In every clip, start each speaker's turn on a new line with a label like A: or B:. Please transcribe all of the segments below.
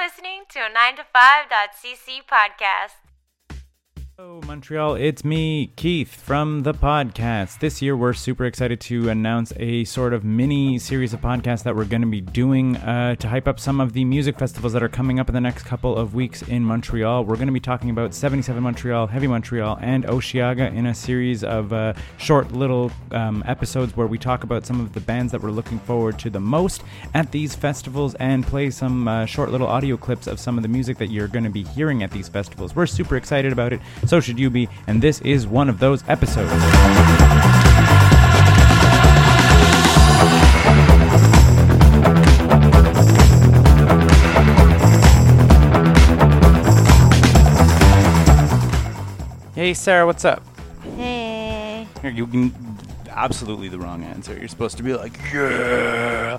A: listening to a 9to5.cc podcast.
B: Hello, Montreal. It's me, Keith, from the podcast. This year, we're super excited to announce a sort of mini series of podcasts that we're going to be doing uh, to hype up some of the music festivals that are coming up in the next couple of weeks in Montreal. We're going to be talking about 77 Montreal, Heavy Montreal, and Oshiaga in a series of uh, short little um, episodes where we talk about some of the bands that we're looking forward to the most at these festivals and play some uh, short little audio clips of some of the music that you're going to be hearing at these festivals. We're super excited about it. So should you be. And this is one of those episodes. Hey, Sarah, what's up?
A: Hey.
B: Here, You can absolutely the wrong answer. You're supposed to be like, yeah.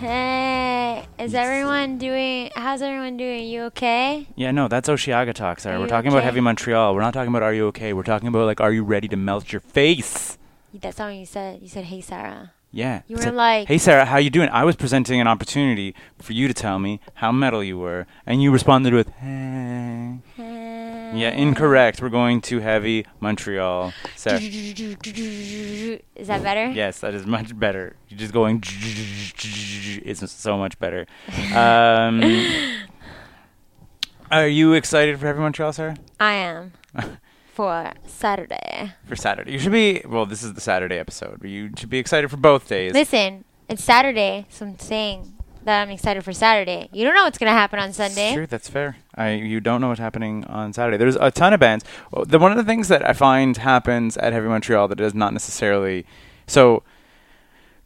A: Hey. Is everyone doing, how's everyone doing? You okay?
B: Yeah, no, that's Oshiaga talk, Sarah.
A: Are
B: We're
A: you
B: talking about
A: okay?
B: Heavy Montreal. We're not talking about Are You Okay? We're talking about like, Are You Ready to Melt Your Face?
A: That's not what you said. You said, hey, Sarah.
B: Yeah.
A: You
B: It's
A: were like-
B: "Hey Sarah, how you doing?" I was presenting an opportunity for you to tell me how metal you were, and you responded with, "Hey."
A: Hey.
B: Yeah, incorrect. We're going to heavy Montreal, Sarah.
A: Is that better?
B: Yes, that is much better. You're just going. It's so much better. Um, are you excited for Heavy Montreal, Sarah?
A: I am. For Saturday.
B: For Saturday, you should be. Well, this is the Saturday episode, but you should be excited for both days.
A: Listen, it's Saturday, so I'm saying that I'm excited for Saturday. You don't know what's going to happen on Sunday.
B: Sure, that's fair. I you don't know what's happening on Saturday. There's a ton of bands. Well, The one of the things that I find happens at Heavy Montreal that is not necessarily so.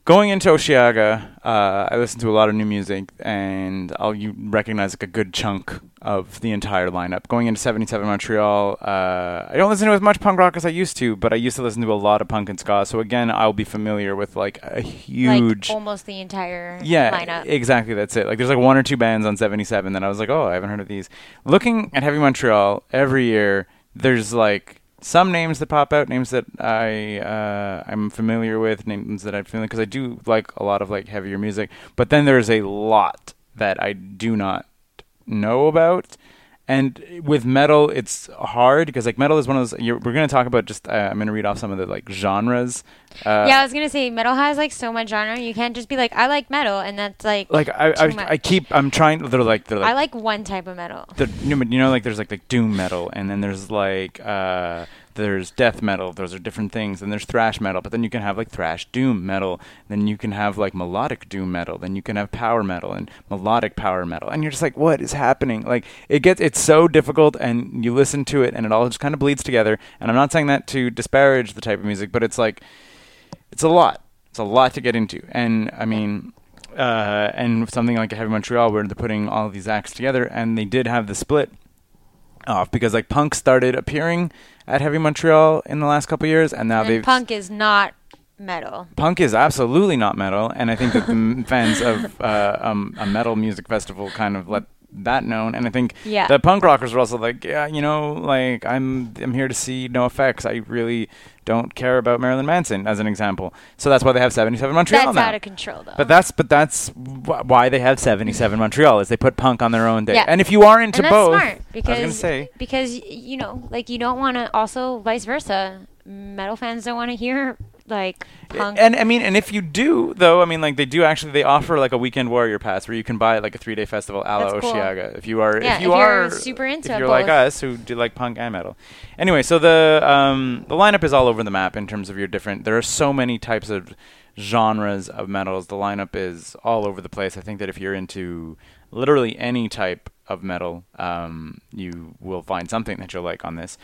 B: Going into Oshiaga, uh, I listen to a lot of new music, and I'll you recognize like a good chunk of the entire lineup. Going into 77 Montreal, uh, I don't listen to as much punk rock as I used to, but I used to listen to a lot of punk and ska. So again, I'll be familiar with like a huge,
A: Like almost the entire
B: yeah,
A: lineup.
B: exactly. That's it. Like, there's like one or two bands on 77 that I was like, oh, I haven't heard of these. Looking at Heavy Montreal every year, there's like some names that pop out, names that I uh, I'm familiar with, names that I'm familiar because I do like a lot of like heavier music. But then there's a lot that I do not know about. And with metal, it's hard because like metal is one of those. You're, we're gonna talk about just. Uh, I'm gonna read off some of the like genres. Uh,
A: yeah, I was gonna say metal has like so much genre. You can't just be like, I like metal, and that's like,
B: Like I,
A: too
B: I,
A: much.
B: I keep. I'm trying. They're like they're like
A: I like one type of metal.
B: the you know, you know, like there's like the doom metal and then there's like uh there's death metal those are different things and there's thrash metal but then you can have like thrash doom metal then you can have like melodic doom metal then you can have power metal and melodic power metal and you're just like what is happening like it gets it's so difficult and you listen to it and it all just kind of bleeds together and i'm not saying that to disparage the type of music but it's like it's a lot. It's a lot to get into, and I mean, uh, and something like a Heavy Montreal, where they're putting all these acts together, and they did have the split off because like punk started appearing at Heavy Montreal in the last couple years, and now
A: And
B: they've
A: punk is not metal.
B: punk is absolutely not metal, and I think that the m- fans of uh, um, a metal music festival kind of let that known. And I think
A: Yeah.
B: the punk rockers were also like, yeah, you know, like I'm I'm here to see No Effects. I really don't care about Marilyn Manson as an example. So that's why they have 77 Montreal
A: That's
B: now.
A: out of control, though.
B: But that's but that's wh- why they have 77 Montreal is they put punk on their own day.
A: Yeah.
B: And if you are into
A: and that's
B: both,
A: smart because
B: I was gonna say
A: because y- you know, like you don't want to. Also, vice versa, metal fans don't want to hear like punk.
B: And I mean, and if you do though, I mean, like they do actually, they offer like a weekend warrior pass where you can buy like a three day festival a la
A: That's cool.
B: Oshiaga. If you are,
A: Yeah,
B: if you
A: if
B: are
A: you're super into
B: if you're like
A: both.
B: us who do like punk and metal. Anyway, so the um the lineup is all over the map in terms of your different. There are so many types of genres of metals. The lineup is all over the place. I think that if you're into literally any type of metal, um, you will find something that you'll like on this.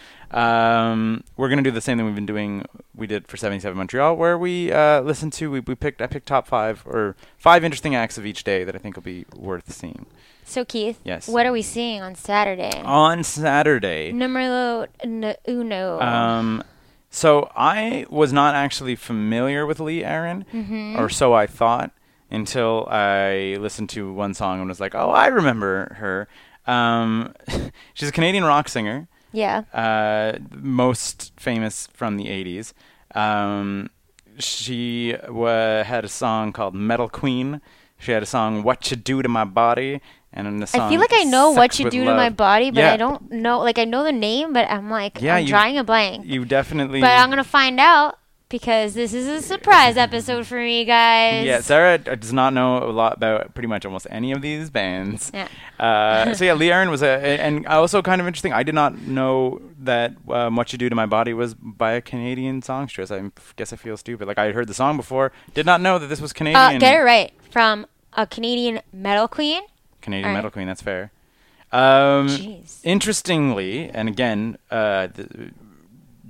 B: Um, we're gonna do the same thing we've been doing. We did for 77 Montreal, where we uh, listened to. We, we picked. I picked top five or five interesting acts of each day that I think will be worth seeing
A: so Keith,
B: Yes.
A: what are we seeing on Saturday?
B: on Saturday.
A: Numero n- uno.
B: Um, so I was not actually familiar with Lee Aaron,
A: Mm-hmm.
B: or so I thought, until I listened to one song and was like, "Oh, I remember her." Um, she's a Canadian rock singer,
A: yeah.
B: uh, most famous from the '80s. Um, she wa had a song called "Metal Queen." She had a song "What You Do to My Body," And then the song
A: I feel like I know
B: Sex
A: what you
B: with
A: do to
B: Love.
A: my body, but
B: Yeah.
A: I don't know. Like I know the name, but I'm like
B: Yeah,
A: I'm
B: you-
A: drawing a blank.
B: You definitely.
A: but I'm gonna find out because this is a surprise episode for me, guys.
B: Yeah, Sarah d- does not know a lot about pretty much almost any of these bands.
A: Yeah.
B: Uh, so yeah, Lee Aaron was a, a- and also kind of interesting. I did not know that um, "What You Do to My Body" was by a Canadian songstress. I guess I feel stupid. Like I had heard the song before, did not know that this was Canadian.
A: Uh, get it right from a Canadian metal queen.
B: Canadian
A: All right.
B: metal queen. That's fair. Um,
A: Jeez.
B: Interestingly, and again, uh, the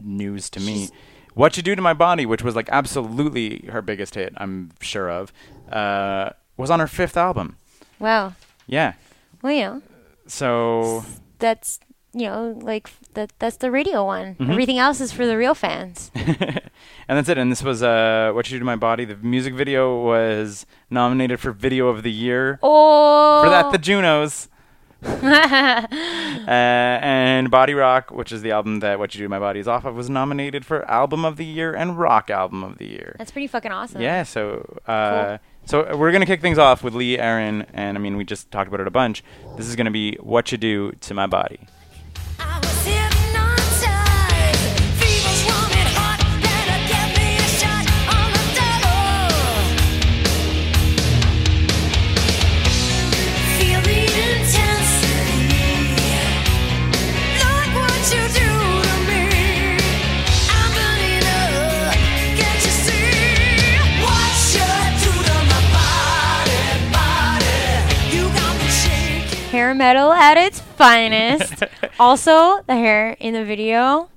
B: news to me,
A: She's-
B: "What You Do to My Body," which was like absolutely her biggest hit, I'm sure of, uh, was on her fifth album.
A: Wow.
B: Yeah.
A: Well, you know,
B: So
A: that's you know like that that's the radio one.
B: Mhm.
A: Everything else is for the real fans.
B: and that's it. And this was uh, "What You Do to My Body." The music video was nominated for Video of the Year
A: Oh.
B: for that the Junos. uh, and Body Rock, which is the album that What You Do to My Body is off of, was nominated for Album of the Year and Rock Album of the Year.
A: that's pretty fucking awesome.
B: Yeah, so uh, so we're gonna kick things off with Lee Aaron, and I mean we just talked about it a bunch. This is gonna be "What You Do to My Body."
C: I was hypnotized. Fever's running hot, then it gave me a shot on the double. Feel the intensity. Look what you do to me. I'm burning up. Can't you see what you do to my body, body? You got me shaking.
A: Hair metal at its finest. also, the hair in the video,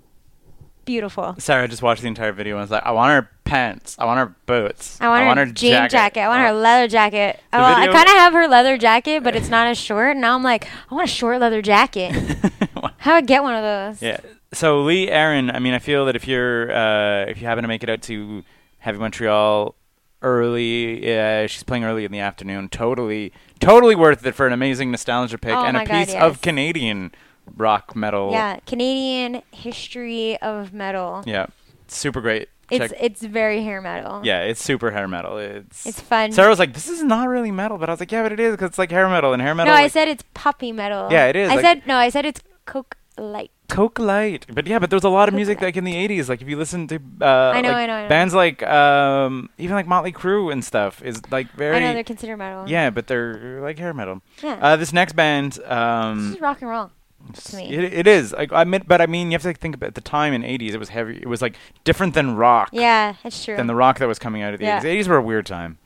A: beautiful.
B: Sarah just watched the entire video and was like, "I want her pants. I want her boots.
A: I want, her, jean jacket. I want her leather jacket.
B: Uh-huh. The
A: I, well, I
B: video-
A: kind of have her leather jacket, but it's not as short. Now I'm like, I want a short leather jacket.
B: her."
A: How do I get one of those?
B: yeah. So Lee Aaron, I mean, I feel that if you're uh, if you happen to make it out to Heavy Montreal early, uh, she's playing early in the afternoon. Totally, totally worth it for an amazing nostalgia pick
A: Oh
B: and a
A: my God,
B: piece of
A: yes.
B: Canadian rock metal.
A: Yeah, Canadian history of metal.
B: Yeah. Super great.
A: It's
B: Check-
A: it's very hair metal.
B: Yeah, it's super hair metal. It's
A: It's fun.
B: Sarah was like, "This is not really metal," but I was like, "Yeah, but it is because it's like hair metal and hair metal."
A: No, I
B: like-
A: said it's poppy metal.
B: Yeah, it is,
A: I
B: like-
A: said no. I said it's coke light.
B: Coke Light. But yeah, but there's a lot of
A: Coke
B: music
A: Light.
B: like in the 80s. Like if you listen to uh,
A: I know,
B: like,
A: I know, I know.
B: bands like um, even like Motley Crue and stuff is like very
A: I know they're considered metal.
B: yeah, but they're like hair metal.
A: Yeah.
B: Uh, this next band,
A: this
B: um,
A: is rock and roll. to me.
B: it, it is. Like, I mean, but I mean, you have to think about the time in 80s. It was heavy. It was like different than rock.
A: Yeah, that's true.
B: Than the rock that was coming out of the
A: Yeah.
B: 80s. 80s were a weird time.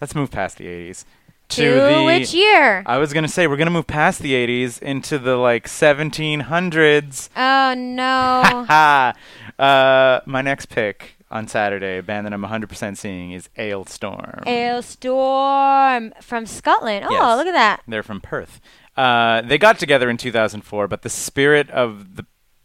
B: Let's move past the 80s
A: to which year?
B: I was gonna say we're gonna move past the 80s into the like 1700s.
A: oh no.
B: Ha Uh, my next pick on Saturday, a band that I'm 100% seeing, is Ale Storm.
A: Ailstorm from Scotland. Oh,
B: Yes.
A: look at that.
B: They're from Perth. Uh, they got together in 2004, but the spirit of the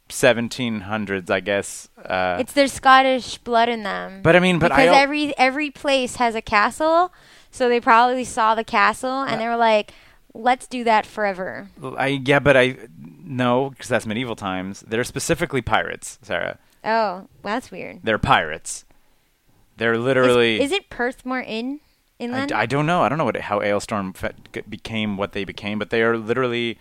B: 1700s, I guess. Uh,
A: It's their Scottish blood in them.
B: but I mean, but I
A: because
B: al-
A: every every place has a castle, so they probably saw the castle
B: Uh,
A: and they were like, "Let's do that forever."
B: I yeah, but I no, because that's medieval times. They're specifically pirates, Sarah.
A: Oh, well, that's weird. Is-
B: They're pirates. They're literally.
A: is, it Perth more in
B: I,
A: inland?
B: I don't know. I don't know what how Ailstorm fe- g- became what they became, but they are literally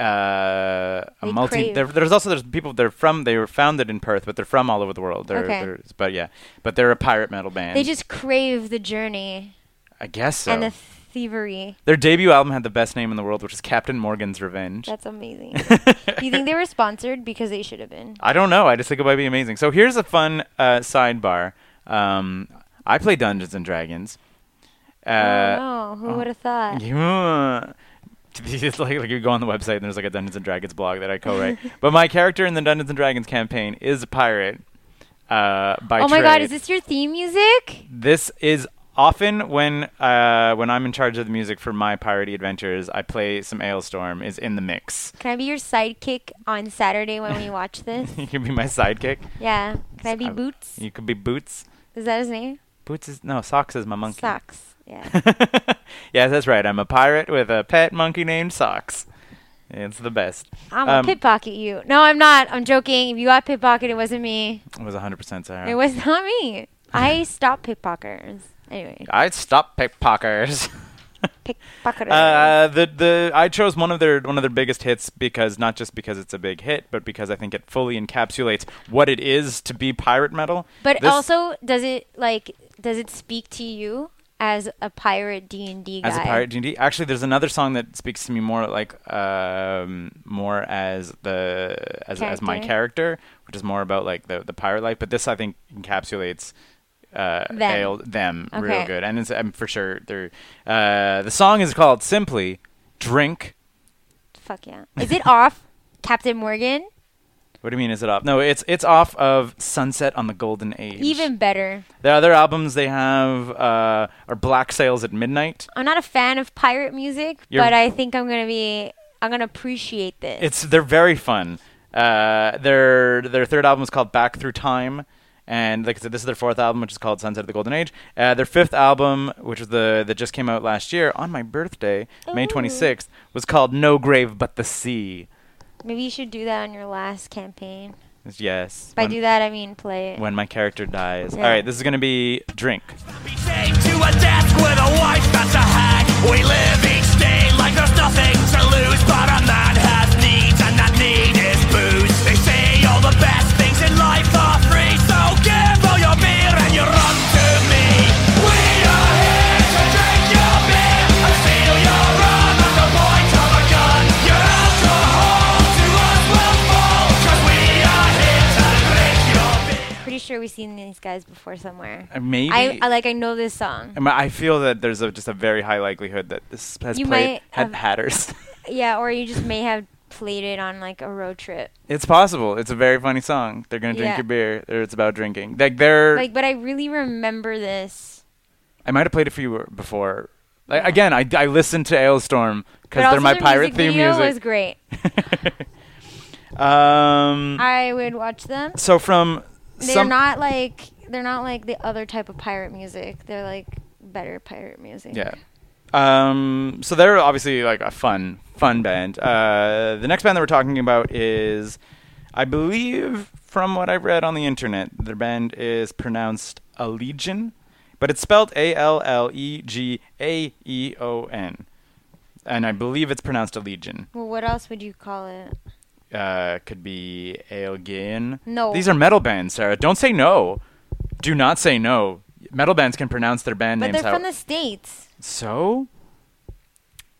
B: uh, a
A: They
B: multi.
A: crave-
B: there- There's also there's people they're from. They were founded in Perth, but they're from all over the world. They're,
A: Okay.
B: they're- but yeah, but they're a pirate metal band.
A: they just crave the journey
B: I guess so.
A: and the thievery.
B: Their debut album had the best name in the world, which is Captain Morgan's Revenge.
A: That's amazing. Do you think they were sponsored because they should have been?
B: I don't know. I just think it might be amazing. So here's a fun uh, sidebar. Um, I play Dungeons and Dragons. Uh,
A: oh, who would have thought?
B: Yeah. It's uh, like, like you go on the website and there's like a Dungeons and Dragons blog that I co-write. but my character in the Dungeons and Dragons campaign is a pirate. Uh, by
A: oh my god,
B: trade.
A: is this your theme music?
B: This is often when uh, when I'm in charge of the music for my piratey adventures. I play some Ailstorm is in the mix.
A: Can I be your sidekick on Saturday when we watch this?
B: you can be my sidekick.
A: yeah. Can I be
B: I-
A: Boots?
B: You could be Boots.
A: Is that his name?
B: Boots is no Socks is my monkey.
A: Socks. Yeah.
B: yeah, that's right. I'm a pirate with a pet monkey named Socks. It's the best.
A: I'm gonna
B: Um,
A: pickpocket you. No, I'm not. I'm joking. If you got pickpocketed, it wasn't me.
B: It was 100% Sarah.
A: It was not me. I stopped pickpockers. Anyway.
B: I stop pickpockers.
A: Pickpocket.
B: Uh, the the I chose one of their one of their biggest hits because not just because it's a big hit, but because I think it fully encapsulates what it is to be pirate metal.
A: but
B: This-
A: also, does it like does it speak to you as a pirate D and D guy?
B: as a pirate D&D. Actually, there's another song that speaks to me more like um, more as the as as my
A: Character.
B: character, which is more about like the the pirate life. But this I think encapsulates. Uh,
A: Them.
B: them, them real
A: Okay.
B: good, and it's I'm for sure. They're uh, the song is called simply "Drink."
A: Fuck yeah! Is it off Captain Morgan?
B: What do you mean? Is it off? No, it's it's off of "Sunset on the Golden Age."
A: Even better.
B: the other albums they have uh, are "Black Sails at Midnight."
A: I'm not a fan of pirate music,
B: You're-
A: but I think I'm gonna be. I'm gonna appreciate this.
B: it's they're very fun. Uh, their their third album is called Back Through Time, and like I said, this is their fourth album, which is called Sunset of the Golden Age. Uh, their fifth album, which was the that just came out last year on my birthday, May
A: Ooh.
B: twenty sixth, was called No Grave But the Sea.
A: Maybe you should do that on your last campaign.
B: It's- Yes.
A: If I
B: when-
A: do that, I mean play it.
B: When my character dies.
A: Yeah.
B: All right, this is gonna be Drink.
D: Be saved to a death with a wife that's a hag. We live each day like there's nothing to lose, but a man has needs, and that need is booze. They say all the best things in life are free, so give all your beer and you run to me. We are here to drink your beer and steal your rum at the point of a gun. Your alcohol to us will fall, 'cause we are here to drink your beer.
A: Pretty sure we've seen these guys before somewhere.
B: Uh, Maybe.
A: I, I like. I know this song.
B: I mean, I feel that there's a, just a very high likelihood that this has
A: You
B: played
A: might
B: had
A: have-
B: Hatters.
A: Yeah, or you just may have played it on like a road trip.
B: It's possible. It's a very funny song. They're gonna drink
A: Yeah.
B: your beer. Or it's about drinking. Like they're.
A: Like, but I really remember this.
B: I might have played it for you before. Like again, I, I listened to Ailstorm
A: But
B: because they're
A: also
B: my
A: their
B: pirate
A: music
B: theme
A: video was
B: music.
A: great.
B: um.
A: I would watch them.
B: So from
A: They're
B: some
A: not like they're not like the other type of pirate music. They're like better pirate music.
B: yeah. Um. So they're obviously like a fun fun band. Uh. The next band that we're talking about is, I believe, from what I've read on the internet, their band is pronounced Allegion, but it's spelled A L L E G A E O N, and I believe it's pronounced Allegion.
A: Well, what else would you call it?
B: uh, could be Alien.
A: No.
B: These are metal bands, Sarah. Don't say no. Do not say no. Metal bands can pronounce their band
A: But
B: names
A: they're
B: how.
A: from the states.
B: so?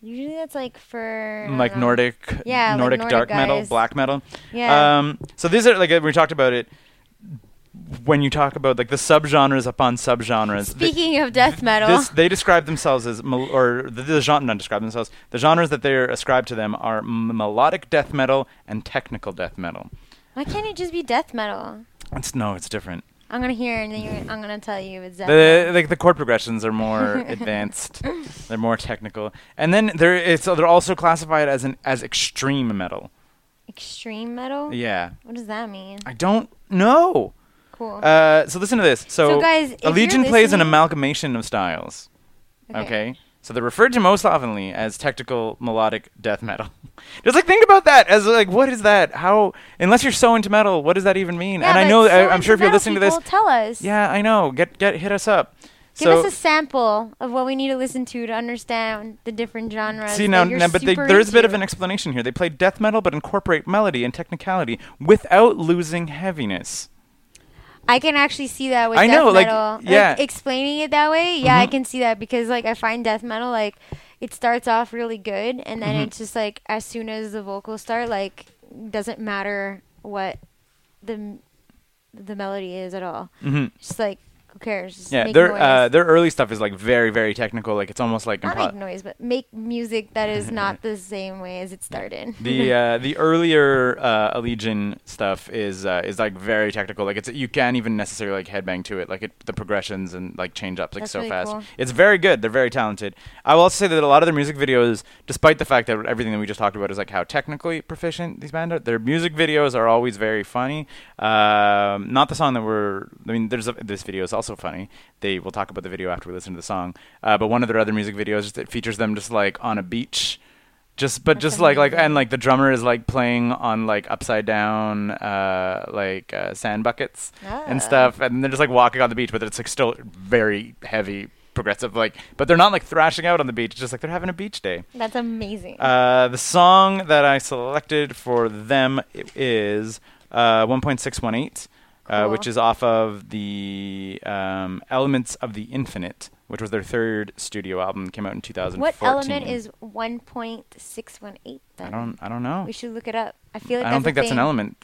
A: Usually that's like for um, I don't
B: Like
A: know.
B: Nordic,
A: Yeah, like
B: Nordic,
A: Nordic
B: dark metal,
A: guys.
B: black metal.
A: Yeah.
B: Um, so these are, like, we talked about it. When you talk about, like, the subgenres upon subgenres. the-
A: Speaking of death metal,
B: This, they describe themselves as, mel- or the, the genre, not describe themselves, the genres that they're ascribed to them are m- melodic death metal and technical death metal.
A: why can't it just be death metal?
B: It's, no, it's different.
A: I'm gonna hear and then you're, I'm gonna tell you it's death.
B: the
A: metal.
B: like the chord progressions are more advanced they're more technical and then they're it's they're also classified as an as extreme metal
A: Extreme metal.
B: yeah
A: What does that mean?
B: i don't know
A: Cool.
B: uh, so listen to this so,
A: So guys, if you're
B: Allegion plays an
A: listening-
B: amalgamation of styles okay. so they're referred to most oftenly as technical melodic death metal just like think about that as like what is that how unless you're so into metal what does that even mean
A: Yeah,
B: and i
A: but
B: know
A: so
B: I, i'm
A: into
B: sure if you're
A: metal
B: listening to
A: people,
B: this
A: tell us.
B: yeah i know get get hit us up
A: Give
B: so,
A: us a sample of what we need to listen to to understand the different genres.
B: See
A: that
B: now,
A: you're
B: now but they,
A: super
B: there is a bit of
A: into.
B: an explanation here. They play death metal, but incorporate melody and technicality without losing heaviness.
A: I can actually see that with
B: I
A: death
B: know, like,
A: metal.
B: yeah. Mm-hmm.
A: explaining it that way, yeah, I can see that because like I find death metal like it starts off really good and
B: Mm-hmm.
A: then it's just like as soon as the vocals start, like doesn't matter what the m- the melody is at all. Mm-hmm. Just like who cares? Just
B: Yeah,
A: make
B: their
A: noise.
B: uh, their early stuff is like very very technical. Like it's almost like
A: not
B: impo-
A: make noise, but make music that
B: Mm-hmm.
A: is not the same way as it started.
B: the uh, the earlier uh, Allegion stuff is uh, is like very technical. Like it's you can't even necessarily like headbang to it. Like it, the progressions and like change ups like
A: That's
B: so
A: really
B: fast.
A: cool.
B: It's very good. They're very talented. I will also say that a lot of their music videos, despite the fact that everything that we just talked about is like how technically proficient these bands are, their music videos are always very funny. Um, not the song that we're. I mean, there's a, this video is also funny. They will talk about the video after we listen to the song. Uh, but one of their other music videos that features them just like on a beach just but just like like and like the drummer is like playing on like upside down uh like uh, sand buckets and
A: Ah.
B: stuff and they're just like walking on the beach but it's like still very heavy progressive like but they're not like thrashing out on the beach it's just like they're having a beach day
A: That's amazing.
B: uh, the song that I selected for them i- is uh, 1.618, uh,
A: Cool.
B: which is off of the um, Elements of the Infinite, which was their third studio album. Came out in 2014.
A: what element is 1.618 then?
B: I don't. I don't know.
A: we should look it up. I feel like
B: I don't
A: a
B: think that's an
A: thing. Oh.
B: element.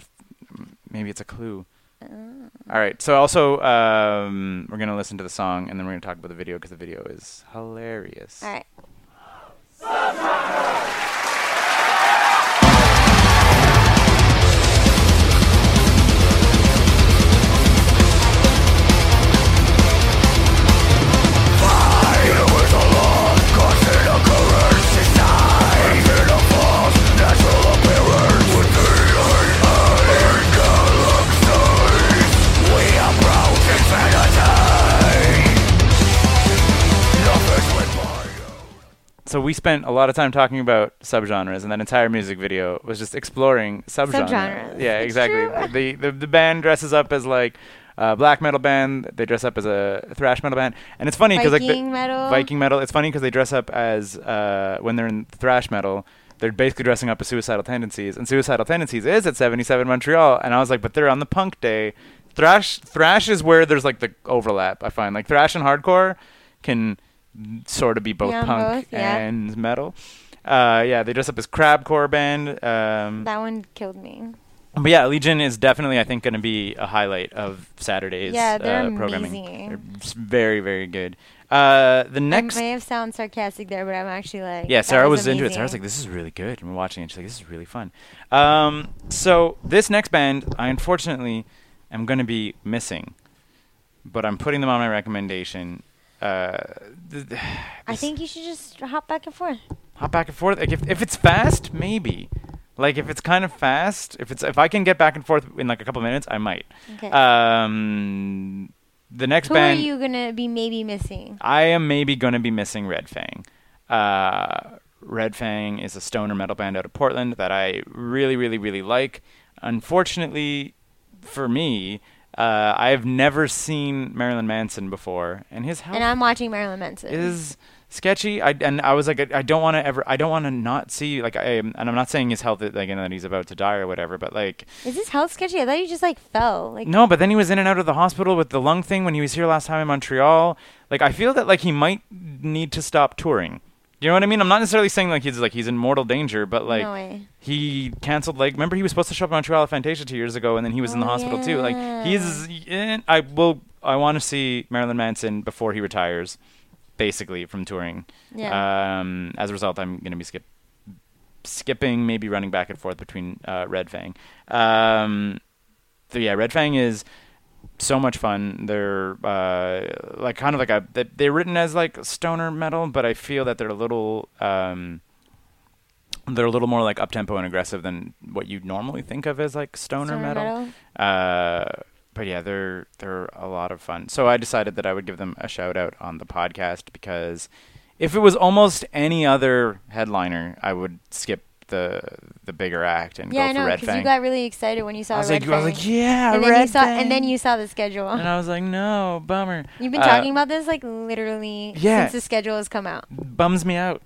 B: M- Maybe it's a clue. All right. So also, um, we're gonna listen to the song and then we're gonna talk about the video because the video is hilarious.
A: All right.
B: So we spent a lot of time talking about subgenres, and that entire music video was just exploring subgenres.
A: Subgenres.
B: Yeah,
A: It's
B: exactly. The, the the band dresses up as like a black metal band. They dress up as a thrash metal band, and it's funny because like the,
A: Viking metal.
B: Viking metal. It's funny because they dress up as uh, when they're in thrash metal. They're basically dressing up as suicidal tendencies, and suicidal tendencies is at 77 Montreal. And I was like, but they're on the punk day. Thrash, thrash is where there's like the overlap. I find like thrash and hardcore can sort of be both
A: Yeah,
B: punk
A: both, yeah.
B: and metal. Uh, yeah, they dress up as crabcore band. Um,
A: That one killed me.
B: but yeah, Legion is definitely, I think, going to be a highlight of Saturday's
A: Yeah, they're
B: uh, programming.
A: amazing.
B: They're s- very, very good. Uh, the next.
A: I may have sound sarcastic there, but I'm actually like.
B: Yeah,
A: that
B: Sarah was, into it.
A: amazing.
B: Sarah's like, "This is really good." And we're watching it. She's like, "This is really fun." Um, so this next band, I unfortunately am going to be missing, but I'm putting them on my recommendation. Uh, th- th-
A: I
B: this-
A: think you should just hop back and forth.
B: hop back and forth. Like if if it's fast, maybe. Like if it's kind of fast, if it's if I can get back and forth in like a couple minutes, I might.
A: Okay.
B: Um, the next
A: Who
B: band
A: are you gonna be maybe missing?
B: I am maybe going to be missing Red Fang. Uh, Red Fang is a stoner metal band out of Portland that I really, really, really like. Unfortunately, for me, uh, I've never seen Marilyn Manson before, and his health
A: And I'm watching Marilyn Manson.
B: is sketchy. I and I was like, I, I don't want to ever, I don't want to not see like, I am- and I'm not saying his health, like, and that he's about to die or whatever, but like,
A: Is this health sketchy? I thought you just like fell. Like
B: no, but then he was in and out of the hospital with the lung thing when he was here last time in Montreal. Like I feel that like he might need to stop touring. You know what I mean? I'm not necessarily saying like he's like he's in mortal danger, but like
A: no way.
B: he canceled like remember he was supposed to show up in Montreal at Fantasia two years ago and then he was in the
A: Oh,
B: hospital too.
A: yeah.
B: Like he's in, I will I want to see Marilyn Manson before he retires, basically from touring.
A: Yeah.
B: Um, as a result, I'm going to be skip skipping maybe running back and forth between uh, Red Fang. Um, so yeah, Red Fang is so much fun. They're uh, like kind of like a they- they're written as like stoner metal, but I feel that they're a little um, they're a little more like up tempo and aggressive than what you normally think of as like stoner,
A: Stoner
B: metal. Uh, but yeah, they're they're a lot of fun. So I decided that I would give them a shout out on the podcast because if it was almost any other headliner, I would skip the the bigger act and
A: yeah,
B: go
A: I
B: for
A: know
B: Red
A: because
B: Fang.
A: you got really excited when you saw
B: I was
A: Red
B: like, I
A: Fang.
B: was like, yeah,
A: and then
B: Red
A: you saw,
B: Fang."
A: and then you saw the schedule.
B: and I was like, no, bummer.
A: You've been
B: Uh,
A: talking about this like literally
B: Yeah.
A: since the schedule has come out.
B: bums me out.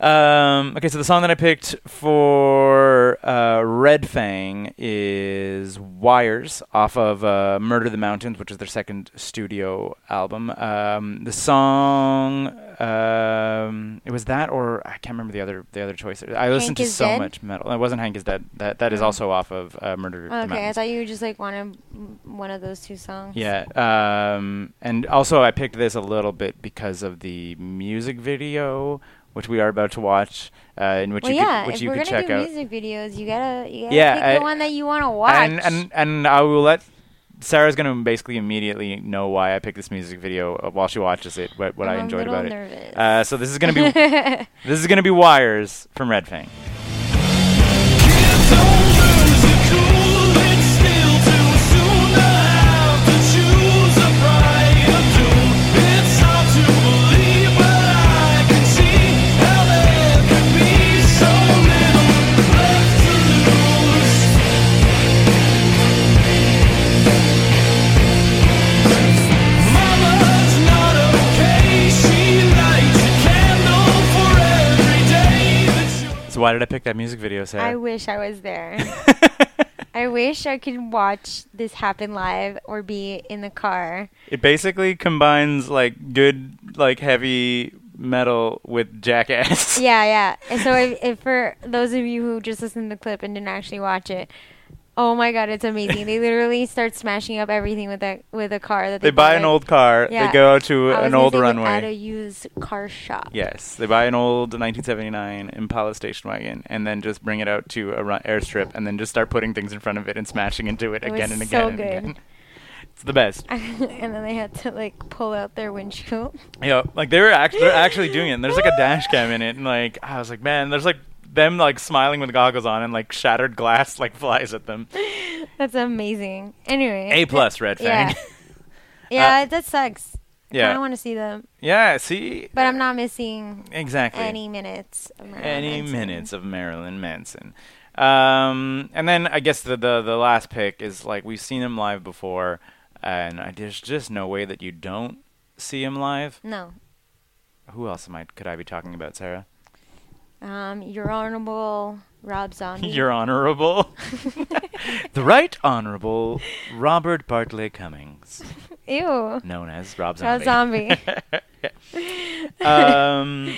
B: Um, okay, so the song that I picked for uh, Red Fang is "Wires" off of uh, "Murder the Mountains," which is their second studio album. Um, the song um, it was that, or I can't remember the other the other choice. I listened to
A: is
B: so
A: Dead?
B: much metal. It wasn't Hank is Dead. That that is
A: Oh.
B: also off of uh, "Murder the Mountains."
A: Okay, I thought you just like wanted m- one of those two songs.
B: Yeah, um, and also I picked this a little bit because of the music video, which we are about to watch, uh, in which
A: Well,
B: you
A: yeah.
B: could, which
A: if
B: you
A: we're
B: could
A: gonna
B: check
A: do
B: out.
A: music videos, you gotta, you gotta
B: Yeah,
A: pick
B: I-
A: the one that you want to watch.
B: And and and I will let Sarah's going to basically immediately know why I picked this music video uh, while she watches it, what, what I
A: I'm a
B: enjoyed
A: little
B: about
A: nervous.
B: it. Uh, so this is going to be this is going to be Wires from Red Fang.
E: Mama's not okay.
B: So why did I pick that music video, Sarah?
A: I wish I was there. I wish I could watch this happen live or be in the car.
B: It basically combines like good, like heavy metal with jackass.
A: Yeah, yeah. And so, if, if for those of you who just listened to the clip and didn't actually watch it, oh my god, it's amazing! They literally start smashing up everything with a with a car that they,
B: They buy an old car.
A: Yeah.
B: They go to
A: I was
B: an
A: gonna
B: old
A: say, like,
B: runway.
A: at a used car shop.
B: Yes, they buy an old 1979 Impala station wagon and then just bring it out to a run- airstrip and then just start putting things in front of it and smashing into it,
A: It was
B: again and
A: so
B: again and
A: good.
B: again. It's the best.
A: and then they had to like pull out their windshield.
B: Yeah, like they were act- they're actually doing it. And there's like a dash cam in it, and like I was like, man, there's like them like smiling with goggles on and like shattered glass like flies at them.
A: That's amazing. Anyway,
B: A plus, Red
A: Yeah.
B: Fang.
A: yeah, that sucks. I
B: Uh, Yeah,
A: don't want to see them,
B: yeah. See,
A: but I'm not missing
B: exactly
A: any minutes. of Marilyn
B: any
A: Manson.
B: minutes of Marilyn Manson. Um, and then I guess the, the the last pick is like we've seen him live before, and I, there's just no way that you don't see him live.
A: No.
B: Who else am I? Could I be talking about Sarah?
A: Um, your honorable Rob Zombie.
B: Your honorable, the right honorable Robert Bartley Cummings,
A: Ew.
B: known as Rob
A: Rob Zombie.
B: Zombie. um,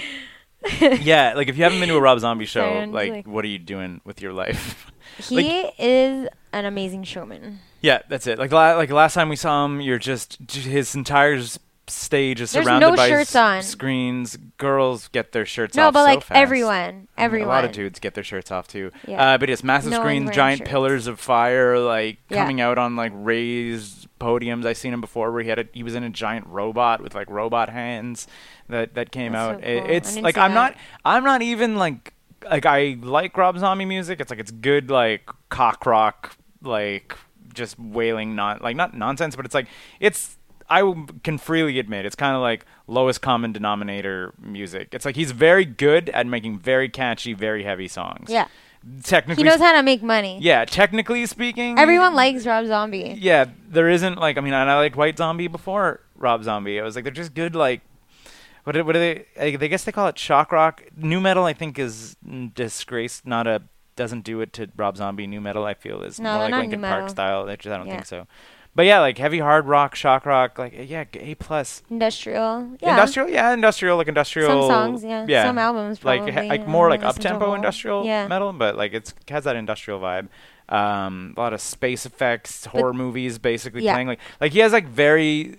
B: yeah, like if you haven't been to a Rob Zombie show,
A: Sorry, I'm just
B: like
A: like-
B: what are you doing with your life?
A: he is an amazing showman.
B: Yeah, that's it. Like la- like last time we saw him, you're just j- his entire s- stage is
A: There's
B: surrounded
A: no
B: by
A: shirts
B: s-
A: on.
B: screens. Girls get their shirts
A: No,
B: off.
A: but
B: so
A: like
B: fast.
A: everyone,
B: I mean,
A: everyone.
B: A lot of dudes get their shirts off too.
A: Yeah.
B: Uh, but yes, massive
A: No one's
B: screens,
A: wearing
B: giant
A: shirts.
B: pillars of fire, like
A: Yeah.
B: coming out on like raised podiums. I've seen him before where he had a, he was in a giant robot with like robot hands that that came
A: That's
B: out.
A: so
B: It-
A: cool. I
B: it's
A: didn't
B: like
A: see
B: I'm
A: that.
B: not I'm not even like like I like Rob Zombie music. It's like it's good like cock rock like just wailing not like not nonsense, but it's like it's I w- can freely admit it's kind of like lowest common denominator music. It's like he's very good at making very catchy, very heavy songs.
A: Yeah.
B: Technically
A: He knows how to make money.
B: Yeah, technically speaking.
A: Everyone likes Rob Zombie.
B: Yeah, there isn't like I mean, and I liked White Zombie before Rob Zombie. I was like, they're just good like. What do- what do they? I they guess they call it shock rock. New metal, I think, is mm, disgraced. Not a doesn't do it to Rob Zombie. New metal, I feel, is
A: No,
B: more
A: they're
B: like
A: not
B: Linkin
A: nu
B: Park
A: metal.
B: style. I just- I don't
A: Yeah.
B: think so. But yeah, like heavy hard rock, shock rock, like yeah, g- A plus.
A: Industrial. Yeah.
B: Industrial, yeah, industrial, like industrial.
A: Some songs, yeah. Some albums,
B: Like,
A: probably.
B: he- like
A: I
B: more
A: haven't
B: like up
A: listened to a
B: tempo
A: whole-
B: industrial
A: Yeah.
B: metal, but like it's has that industrial vibe. Um, a lot of space effects, horror movies, basically
A: Yeah.
B: playing like like he has like very.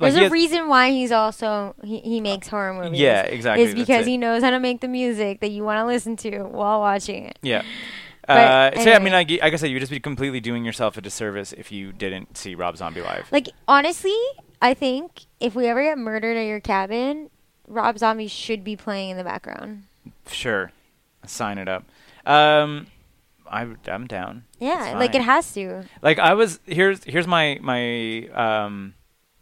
B: Like
A: There's
B: he
A: a
B: has-
A: reason why he's also he, he makes horror movies.
B: yeah, exactly,
A: Is
B: that's
A: because
B: it.
A: he knows how to make the music that you want to listen to while watching it.
B: Yeah. Uh,
A: But
B: so yeah, I
A: anyway.
B: mean, I, gu- like I said, you'd just be completely doing yourself a disservice if you didn't see Rob Zombie live.
A: Like honestly, I think if we ever get murdered at your cabin, Rob Zombie should be playing in the background.
B: Sure, sign it up. Um, I, I'm down.
A: Yeah,
B: It's
A: like
B: fine.
A: it has to.
B: like I was here's here's my my um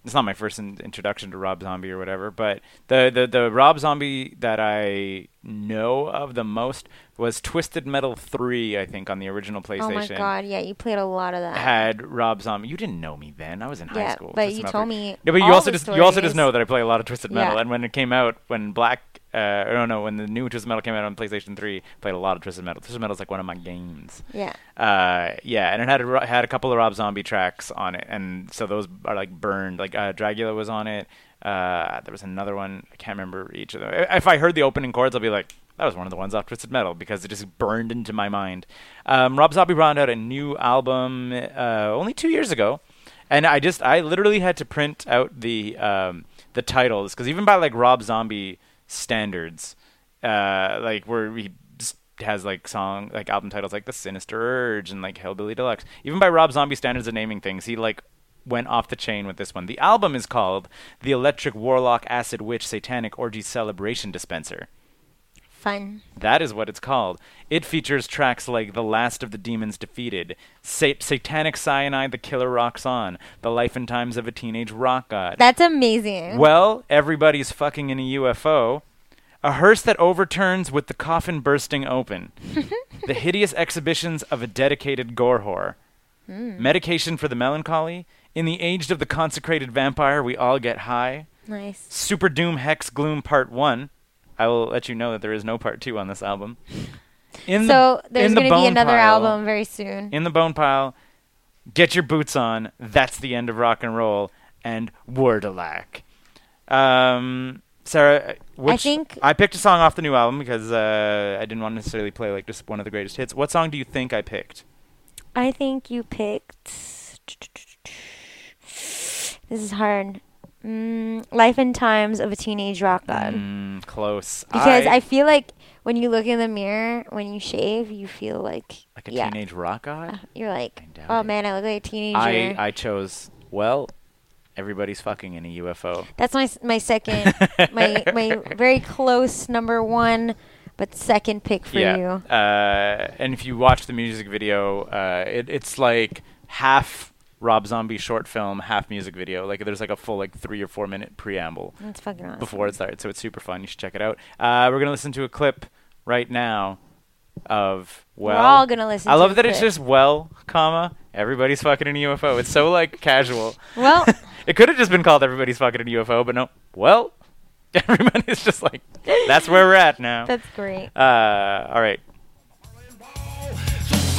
B: it's not my first in- introduction to Rob Zombie or whatever, but the, the the Rob Zombie that I know of the most was Twisted Metal 3, I think on the original PlayStation.
A: Oh my god, yeah, you played a lot of that.
B: Had Rob Zombie. You didn't know me then. I was in high
A: Yeah,
B: school.
A: but
B: Twisted
A: you
B: Metal
A: told
B: 3.
A: me
B: No, but you
A: all
B: also
A: the
B: just you also
A: stories.
B: just know that I play a lot of Twisted Metal
A: Yeah.
B: and when it came out when Black uh, I don't know, when the new Twisted Metal came out on PlayStation 3, played a lot of Twisted Metal. Twisted Metal's like one of my games
A: Yeah.
B: uh yeah and it had a, ro- had a couple of rob zombie tracks on it and so those are like burned like uh dragula was on it uh there was another one i can't remember each of them I- if i heard the opening chords i'll be like that was one of the ones off twisted metal because it just burned into my mind um rob zombie brought out a new album uh only two years ago and i just i literally had to print out the um the titles because even by like rob zombie standards uh like where he just has like song like album titles like The Sinister Urge and like Hellbilly Deluxe. Even by Rob Zombie standards of naming things, he like went off the chain with this one. The album is called The Electric Warlock Acid Witch Satanic Orgy Celebration Dispenser.
A: Fun.
B: That is what it's called. It features tracks like The Last of the Demons Defeated, Sa- Satanic Cyanide The Killer Rocks On, The Life and Times of a Teenage Rock God,
A: That's amazing.
B: well, everybody's fucking in a UFO. A hearse that overturns with the coffin bursting open. the hideous exhibitions of a dedicated gore whore.
A: Hmm.
B: Medication for the melancholy. In the age of the consecrated vampire, we all get high.
A: nice.
B: Super Doom Hex Gloom Part 1. I will let you know that there is no part two on this album. In
A: so there's
B: in
A: going to be
B: bone
A: another
B: pile-
A: album very soon.
B: in the bone pile. Get your boots on. That's the end of rock and roll. And wordalac. Um, Sarah, which,
A: think-
B: I picked a song off the new album because uh, I didn't want to necessarily play like just one of the greatest hits. What song do you think I picked?
A: I think you picked. This is hard. Mm, Life and Times of a Teenage Rock God.
B: Mm, close.
A: Because I,
B: I,
A: feel like when you look in the mirror when you shave, you feel like
B: like a
A: yeah,
B: teenage rock god.
A: you're like,
B: doubt
A: oh
B: it.
A: man, I look like a teenager.
B: I I chose well. Everybody's fucking in a UFO.
A: That's my s- my second, my my very close number one, but second pick for
B: yeah.
A: you.
B: Uh, and if you watch the music video, uh, it, it's like half Rob Zombie short film, half music video. Like there's like a full like three or four minute preamble
A: That's fucking awesome.
B: before it starts, so it's super fun. You should check it out. Uh, we're gonna listen to a clip right now of well.
A: we're all gonna listen.
B: I
A: to
B: love
A: a
B: that it's
A: clip.
B: just well, comma everybody's fucking in a UFO. It's so like casual.
A: well,
B: It could have just been called everybody's fucking in a UFO, but no. Well, everybody's just like that's where we're at now.
A: that's great.
B: Uh, all right.
E: So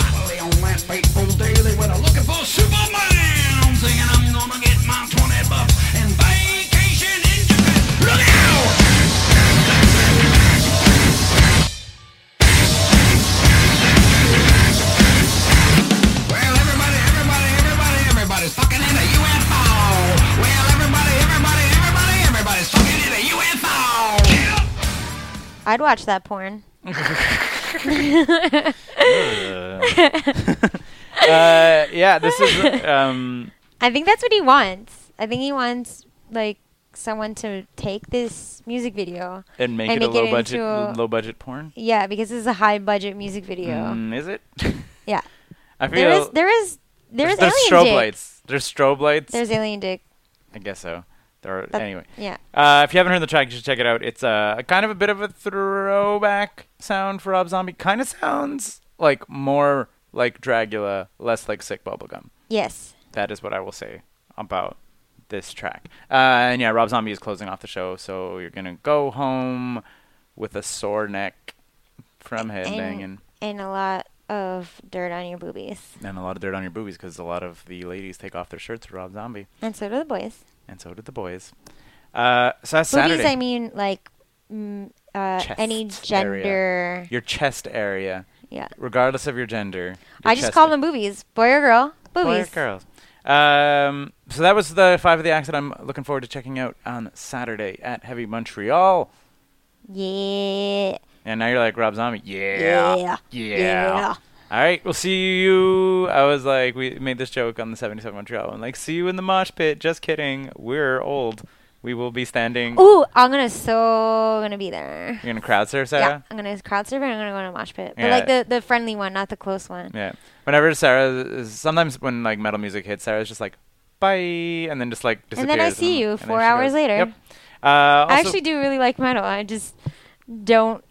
E: finally on that fateful day, they went a looking for Superman, saying I'm gonna get my twenty bucks and vacation in Japan. Look out! Well, everybody, everybody, everybody, everybody's fucking in a UFO. Well, everybody, everybody, everybody, everybody's fucking in a UFO.
A: I'd watch that porn.
B: Uh, yeah, this is um,
A: I think that's what he wants. I think he wants like someone to take this music video.
B: and make
A: And
B: it a
A: make it
B: low budget,
A: into a-
B: low budget porn.
A: Yeah, because this is a high budget music video.
B: Mm, is it?
A: Yeah,
B: I feel
A: there is there is there is
B: there's
A: alien
B: strobe
A: dick.
B: lights. There's strobe lights.
A: There's alien dick.
B: I guess so. There are,
A: That-
B: anyway.
A: Yeah.
B: Uh, if you haven't heard the track, you should check it out. It's uh, kind of a bit of a throwback sound for Rob Zombie. Kind of sounds like more like Dracula, less like sick bubblegum.
A: Yes.
B: that is what I will say about this track. Uh, and yeah, Rob Zombie is closing off the show, so you're gonna go home with a sore neck from headbanging
A: And, and a lot of dirt on your boobies,
B: and a lot of dirt on your boobies because a lot of the ladies take off their shirts for Rob Zombie,
A: and so do the boys.
B: and so did the boys. Uh, so that's
A: Boobies,
B: Saturday.
A: I mean, like mm, uh, any
B: Chest area.
A: gender.
B: your chest area,
A: Yeah.
B: regardless of your gender. your
A: I just
B: chest
A: call
B: area.
A: them boobies, boy or girl.
B: Boy or
A: Boobies.
B: girls. Um, so that was the five of the acts that I'm looking forward to checking out on Saturday at Heavy Montreal.
A: Yeah.
B: And now you're like Rob Zombie. Yeah.
A: Yeah.
B: Yeah.
A: Yeah.
B: All right, we'll see you. I was like, we made this joke on the 77 Montreal. and like, see you in the mosh pit. Just kidding. We're old. We will be standing.
A: Ooh, I'm gonna so gonna be there.
B: You're going to crowd surf,
A: Yeah,
B: Sarah?
A: I'm gonna crowd surf and I'm gonna go to a mosh pit, but
B: Yeah.
A: like the the friendly one, not the close one.
B: Yeah. Whenever Sarah, sometimes when like metal music hits, Sarah's just like, bye. And then just like disappears.
A: And then I see you
B: and then
A: four
B: she
A: hours later.
B: Yep. Uh, also,
A: I actually do really like metal. I just don't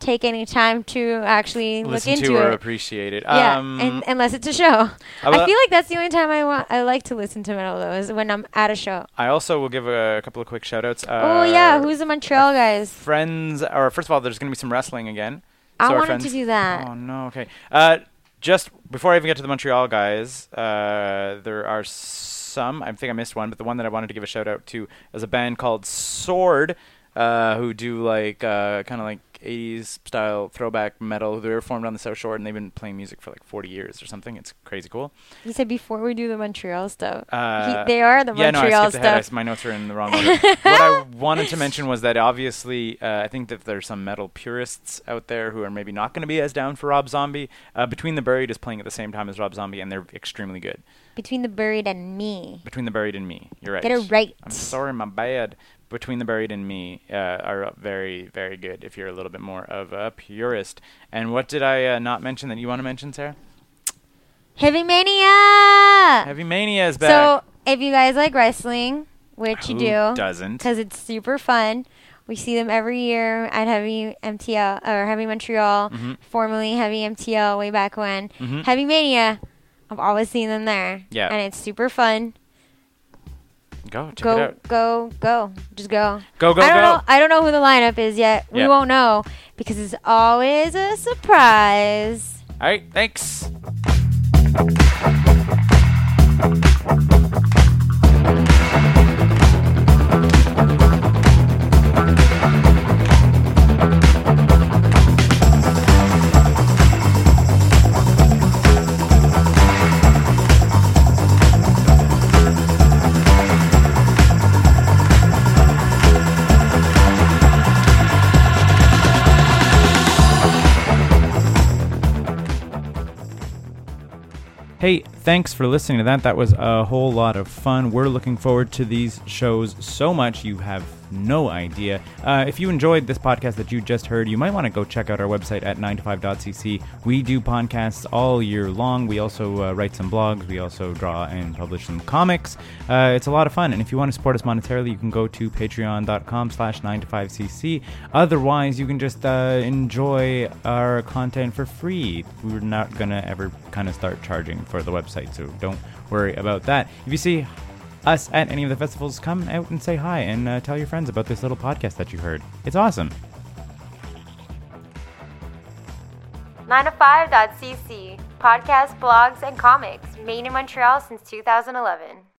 A: take any time to actually look
B: listen
A: into
B: to or
A: it.
B: appreciate it.
A: yeah,
B: um,
A: and, unless it's a show, I
B: about-
A: feel like that's the only time I want I like to listen to metal though is when I'm at a show.
B: I also will give a couple of quick shout outs. Uh,
A: oh yeah, who's the Montreal guys?
B: friends or first of all there's going to be some wrestling again
A: I
B: our
A: wanted to do that.
B: oh no okay uh, just before i even get to the montreal guys uh, there are some i think i missed one but the one that i wanted to give a shout out to is a band called sword uh, who do like uh, kind of like 80s style throwback metal they were formed on the south shore and they've been playing music for like 40 years or something it's crazy cool
A: You said before we do the Montreal stuff. He-
B: uh,
A: they are the
B: yeah, no, I
A: Montreal
B: skipped ahead. I s-
A: stuff.
B: my notes are in the wrong order. what I wanted to mention was that obviously, uh, I think that there's some metal purists out there who are maybe not going to be as down for Rob Zombie. Uh, Between the Buried is playing at the same time as Rob Zombie, and they're extremely good.
A: Between the buried and me.
B: Between the Buried and Me, you're right.
A: Get it right.
B: I'm sorry, my bad. Between the Buried and Me uh, are very, very good if you're a little bit more of a purist. And what did I uh, not mention that you want to mention, Sarah?
A: Heavy Mania.
B: Heavy Mania is
A: So
B: back.
A: if you guys like wrestling, which you
B: Who
A: do,
B: doesn't?
A: because it's super fun. We see them every year at Heavy MTL or Heavy Montreal,
B: Mm-hmm.
A: formerly Heavy MTL way back when. Heavy Mania, I've always seen them there.
B: Yeah.
A: and it's super fun.
B: Go check it
A: go,
B: out.
A: go, go. Just go.
B: Go, go,
A: I don't
B: go.
A: know. I don't know who the lineup is yet. We
B: Yeah.
A: won't know because it's always a surprise.
B: All right, thanks. Hey, thanks for listening to that. That was a whole lot of fun. We're looking forward to these shows so much, you have no idea. Uh, if you enjoyed this podcast that you just heard, you might want to go check out our website at 9to5.cc. We do podcasts all year long. We also uh, write some blogs, we also draw and publish some comics. Uh, it's a lot of fun. And if you want to support us monetarily, you can go to patreon.com slash 9to5cc. Otherwise, you can just uh, enjoy our content for free. We're not going to ever kind of start charging for the website, so don't worry about that. If you see us at any of the festivals, come out and say hi and uh, tell your friends about this little podcast that you heard. It's awesome.
F: 905.cc, podcasts, blogs, and comics, made in Montreal since 2011.